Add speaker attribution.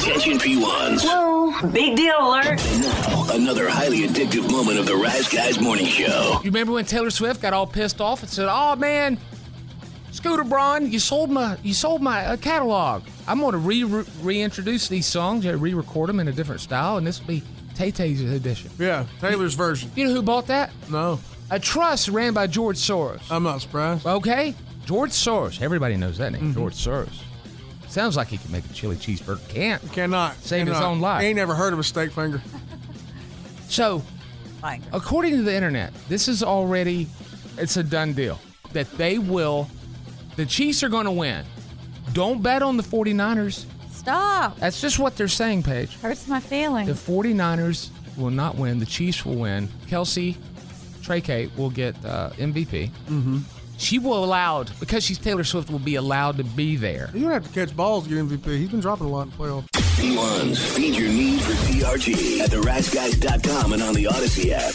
Speaker 1: Attention P1s.
Speaker 2: Whoa, big deal alert.
Speaker 1: Now, another highly addictive moment of the Rise Guys morning show.
Speaker 3: You remember when Taylor Swift got all pissed off and said, "Oh man, Scooter Braun, you sold my you sold my uh, catalog. I'm going to re- re- reintroduce these songs, uh, re-record them in a different style, and this will be Tay Tay's edition."
Speaker 4: Yeah, Taylor's version.
Speaker 3: You know who bought that?
Speaker 4: No, Oh.
Speaker 3: A trust ran by George Soros.
Speaker 4: I'm not surprised.
Speaker 3: Okay, George Soros. Everybody knows that name, George Soros. Sounds like he can make a chili cheeseburger. Can't.
Speaker 4: Cannot.
Speaker 3: Saved his
Speaker 4: Cannot.
Speaker 3: own life.
Speaker 4: Ain't never heard of a steak finger.
Speaker 3: So,
Speaker 2: Fine.
Speaker 3: according to the internet, this is already it's a done deal that they will the Chiefs are going to win. Don't bet on the 49ers.
Speaker 2: Stop.
Speaker 3: That's just what they're saying, Paige.
Speaker 2: Hurts my
Speaker 3: The
Speaker 2: feelings.
Speaker 3: 49ers will not win. The Chiefs will win. Kelsey Trakey will get uh, MVP. Mm-hmm. She will allowed because she's Taylor Swift will be allowed to be there.
Speaker 4: You're gonna have to catch balls to get MVP. He's been dropping a lot in playoffs.
Speaker 1: P1s, feed your need for PRG at theriseguys.com and on the Odyssey app.